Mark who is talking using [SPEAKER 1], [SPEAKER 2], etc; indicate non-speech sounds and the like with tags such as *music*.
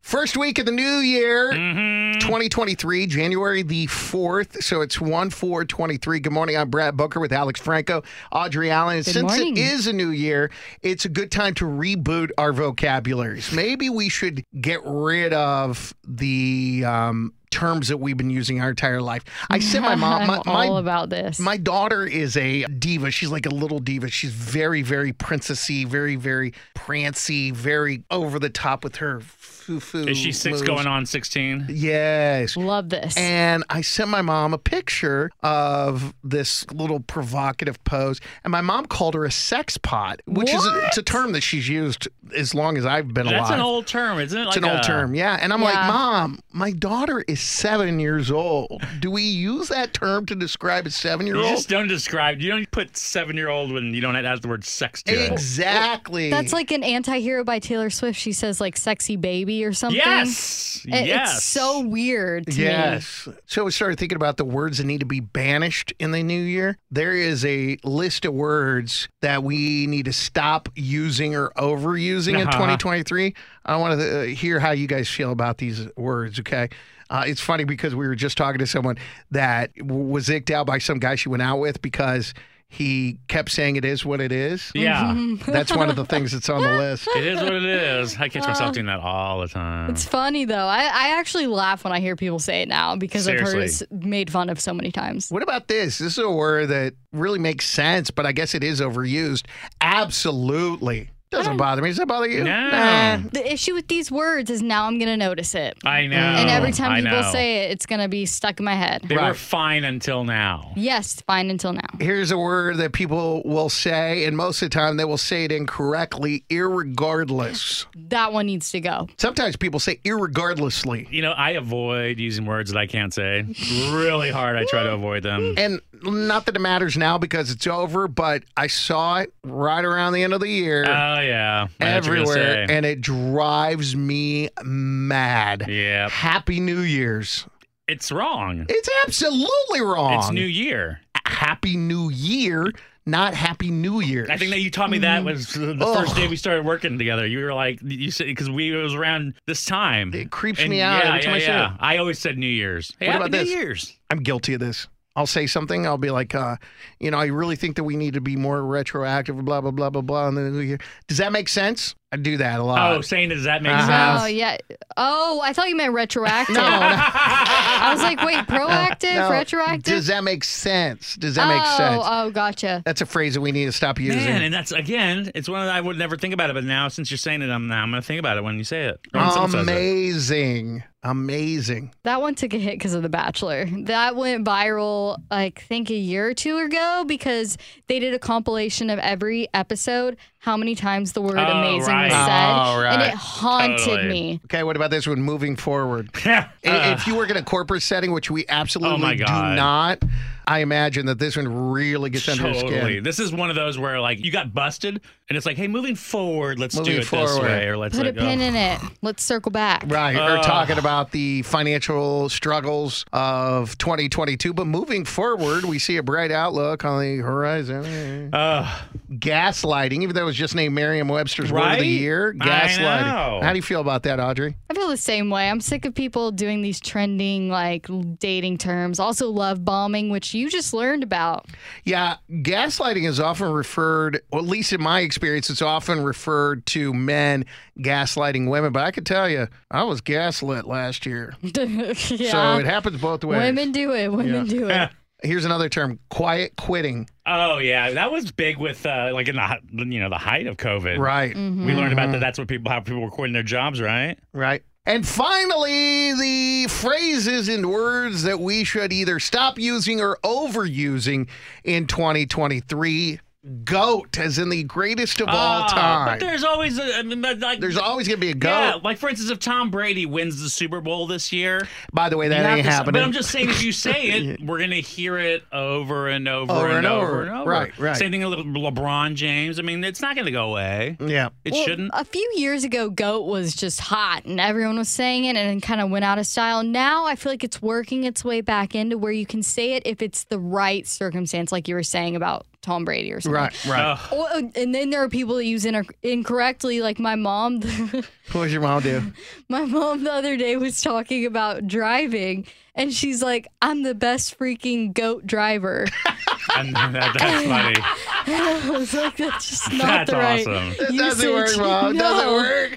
[SPEAKER 1] First week of the new year,
[SPEAKER 2] Mm. Mm-hmm.
[SPEAKER 1] 2023, January the 4th. So it's 1 4 23. Good morning. I'm Brad Booker with Alex Franco, Audrey Allen. And Since
[SPEAKER 3] morning.
[SPEAKER 1] it is a new year, it's a good time to reboot our vocabularies. Maybe we should get rid of the um, terms that we've been using our entire life. I sent my mom,
[SPEAKER 3] I'm
[SPEAKER 1] my,
[SPEAKER 3] *laughs* all
[SPEAKER 1] my
[SPEAKER 3] about this.
[SPEAKER 1] my daughter is a diva. She's like a little diva. She's very, very princessy, very, very prancy, very over the top with her foo foo.
[SPEAKER 2] Is she six going on 16?
[SPEAKER 1] Yes.
[SPEAKER 3] Love this.
[SPEAKER 1] And I sent my mom a picture of this little provocative pose, and my mom called her a sex pot, which is a, it's a term that she's used as long as I've been
[SPEAKER 2] That's
[SPEAKER 1] alive.
[SPEAKER 2] an old term, isn't it?
[SPEAKER 1] It's an old term, yeah. And I'm like,
[SPEAKER 3] Yeah.
[SPEAKER 1] Mom, my daughter is seven years old. Do we use that term to describe a seven year
[SPEAKER 2] You
[SPEAKER 1] old?
[SPEAKER 2] just don't describe. You don't put seven year old when you don't add the word sex to it.
[SPEAKER 1] Exactly.
[SPEAKER 3] That's like an anti-hero by Taylor Swift. She says like sexy baby or something.
[SPEAKER 2] Yes.
[SPEAKER 3] It-
[SPEAKER 2] yes.
[SPEAKER 3] It's so weird to me.
[SPEAKER 1] Yes. So we started thinking about the words that need to be banished in the new year. There is a list of words that we need to stop using or overusing in
[SPEAKER 2] Uh-huh.
[SPEAKER 1] 2023. I want to uh, hear how you guys feel about these words, okay? Uh, it's funny because we were just talking to someone that w- was icked out by some guy she went out with because he kept saying it is what it
[SPEAKER 2] *laughs*
[SPEAKER 1] is.
[SPEAKER 2] Yeah.
[SPEAKER 3] *laughs* Mm-hmm.
[SPEAKER 1] That's one of the things that's on the list.
[SPEAKER 2] It is what it is. I catch myself doing that all the time.
[SPEAKER 3] Uh, It's funny though. I, I actually laugh when I hear people say it now because I've heard it's
[SPEAKER 2] Seriously.
[SPEAKER 3] made fun of so many times.
[SPEAKER 1] What about this? This is a word that really makes sense, but I guess it is overused. Absolutely. Doesn't bother me. Does that bother you?
[SPEAKER 2] No.
[SPEAKER 1] Nah.
[SPEAKER 3] Uh, The issue with these words is now I'm gonna notice it.
[SPEAKER 2] I know.
[SPEAKER 3] and every time
[SPEAKER 2] Oh, I
[SPEAKER 3] people
[SPEAKER 2] know.
[SPEAKER 3] say it, it's gonna be stuck in my head.
[SPEAKER 2] they were
[SPEAKER 1] Right.
[SPEAKER 2] fine until now.
[SPEAKER 3] Yes, fine until now.
[SPEAKER 1] Here's a word that people will say, and most of the time they will say it incorrectly, irregardless.
[SPEAKER 3] That one needs to go.
[SPEAKER 1] Sometimes people say irregardlessly.
[SPEAKER 2] You know, I avoid using words that I can't say. Really hard. I try to avoid them.
[SPEAKER 1] And not that it matters now because it's over, but I saw it right around the end of the year.
[SPEAKER 2] Oh yeah. I know what you're gonna
[SPEAKER 1] Everywhere,
[SPEAKER 2] say.
[SPEAKER 1] and it drives me mad.
[SPEAKER 2] Yep.
[SPEAKER 1] Happy New Year's.
[SPEAKER 2] It's wrong.
[SPEAKER 1] It's absolutely wrong.
[SPEAKER 2] It's New Year.
[SPEAKER 1] Happy New Year, not Happy New Year's.
[SPEAKER 2] I think that you taught
[SPEAKER 1] *laughs*
[SPEAKER 2] me that was the
[SPEAKER 1] Ugh.
[SPEAKER 2] first day we started working together. You were like, you said, because we it was around this time.
[SPEAKER 1] It creeps me out
[SPEAKER 2] Yeah,
[SPEAKER 1] every time
[SPEAKER 2] yeah,
[SPEAKER 1] I see
[SPEAKER 2] yeah. I always said New Year's. Hey,
[SPEAKER 1] What
[SPEAKER 2] Happy
[SPEAKER 1] about
[SPEAKER 2] New
[SPEAKER 1] this?
[SPEAKER 2] Year's.
[SPEAKER 1] I'm guilty of this. I'll say something. I'll be like, uh, you know, I really think that we need to be more retroactive, blah, blah, blah, blah, blah, in the new year. Does that make sense? I do that a lot.
[SPEAKER 2] oh, saying does that make
[SPEAKER 1] Uh, Uh-huh. Oh,
[SPEAKER 3] Oh
[SPEAKER 2] sense?
[SPEAKER 3] yeah. Oh, I thought you meant retroactive.
[SPEAKER 1] No,
[SPEAKER 2] *laughs*
[SPEAKER 1] no,
[SPEAKER 3] I was like, wait, proactive,
[SPEAKER 1] no.
[SPEAKER 3] retroactive.
[SPEAKER 1] Does that make sense? Does that make
[SPEAKER 3] oh,
[SPEAKER 1] sense?
[SPEAKER 3] Oh, gotcha.
[SPEAKER 1] That's a phrase that we need to stop using.
[SPEAKER 2] Man, and that's again, it's one that I would never think about it, but now since you're saying it, I'm now I'm gonna think about it when you say it. Or when someone says it.
[SPEAKER 1] Amazing. Amazing.
[SPEAKER 3] That one took a hit because of The Bachelor. That went viral, I think, a year or two ago because they did a compilation of every episode, how many times the word
[SPEAKER 2] Oh,
[SPEAKER 3] amazing was
[SPEAKER 2] right.
[SPEAKER 3] said.
[SPEAKER 1] Oh,
[SPEAKER 3] And
[SPEAKER 1] right.
[SPEAKER 3] it haunted
[SPEAKER 2] Totally.
[SPEAKER 3] me.
[SPEAKER 1] Okay, what about this one? Moving forward.
[SPEAKER 2] *laughs*
[SPEAKER 1] I-
[SPEAKER 2] Uh-uh.
[SPEAKER 1] if you work in a corporate setting, which we absolutely
[SPEAKER 2] Uh. Oh my
[SPEAKER 1] do
[SPEAKER 2] God.
[SPEAKER 1] not, I imagine that this one really gets under your
[SPEAKER 2] Totally.
[SPEAKER 1] skin.
[SPEAKER 2] This is one of those where like you got busted, and it's like, hey, moving forward, let's
[SPEAKER 1] Moving
[SPEAKER 2] do it this
[SPEAKER 1] forward.
[SPEAKER 2] way, or let's
[SPEAKER 3] Put a
[SPEAKER 2] like,
[SPEAKER 3] pin
[SPEAKER 2] oh.
[SPEAKER 3] in it. Let's circle back.
[SPEAKER 1] Right. We're talking about the financial struggles of 2022, but moving forward, we see a bright outlook on the horizon.
[SPEAKER 2] Ugh.
[SPEAKER 1] gaslighting, even though it was just named Merriam Webster's Word of
[SPEAKER 2] Right?
[SPEAKER 1] the Year,
[SPEAKER 2] I know.
[SPEAKER 1] gaslighting. How do you feel about that, Audrey?
[SPEAKER 3] I feel the same way. I'm sick of people doing these trending, like dating terms. Also, love bombing, which you just learned about. *laughs*
[SPEAKER 1] Yeah, gaslighting is often referred, or at least in my experience, it's often referred to men gaslighting women. But I can tell you, I was gaslit last year.
[SPEAKER 3] yeah.
[SPEAKER 1] So it happens both ways.
[SPEAKER 3] Women do it. Women
[SPEAKER 2] *laughs*
[SPEAKER 3] do it.
[SPEAKER 1] Here's another term: quiet quitting.
[SPEAKER 2] Oh yeah, that was big with uh, like in the hi- you know the height of COVID.
[SPEAKER 1] Right, Mm-hmm.
[SPEAKER 2] We learned about that. That's what people how people were quitting their jobs, right?
[SPEAKER 1] right. And finally, the phrases and words that we should either stop using or overusing in 2023. Goat, as in the greatest of all
[SPEAKER 2] Ah,
[SPEAKER 1] time.
[SPEAKER 2] But there's always a, I mean, but, like
[SPEAKER 1] There's always going to be a goat.
[SPEAKER 2] yeah, like for instance, if Tom Brady wins the Super Bowl this year,
[SPEAKER 1] By the way,
[SPEAKER 2] you
[SPEAKER 1] that
[SPEAKER 2] have
[SPEAKER 1] ain't
[SPEAKER 2] to s-
[SPEAKER 1] happening.
[SPEAKER 2] But I'm just saying, if you say
[SPEAKER 1] *laughs*
[SPEAKER 2] it, we're gonna hear it over and over,
[SPEAKER 1] Over
[SPEAKER 2] and,
[SPEAKER 1] and
[SPEAKER 2] over,
[SPEAKER 1] over.
[SPEAKER 2] and over.
[SPEAKER 1] Right, right.
[SPEAKER 2] Same thing with Le- LeBron James. I mean, it's not gonna go away.
[SPEAKER 1] yeah.
[SPEAKER 2] It
[SPEAKER 3] Well,
[SPEAKER 2] shouldn't.
[SPEAKER 3] A few years ago, goat was just hot and everyone was saying it and it kind of went out of style. Now I feel like it's working its way back into where you can say it if it's the right circumstance, like you were saying about Tom Brady or something.
[SPEAKER 1] Right, right.
[SPEAKER 2] Oh, *laughs*
[SPEAKER 3] Or- and then there are people that use inter- incorrectly, like my mom. *laughs*
[SPEAKER 1] What does your mom do?
[SPEAKER 3] my mom the other day was talking about driving, and she's like, "I'm the best freaking goat driver." *laughs*
[SPEAKER 2] and that, that's
[SPEAKER 1] *laughs*
[SPEAKER 2] funny.
[SPEAKER 3] I was like, "That's just not
[SPEAKER 2] That's
[SPEAKER 3] the right."
[SPEAKER 2] awesome.
[SPEAKER 1] It doesn't work,
[SPEAKER 3] usage."
[SPEAKER 1] mom. It doesn't
[SPEAKER 3] *laughs* No.
[SPEAKER 1] work.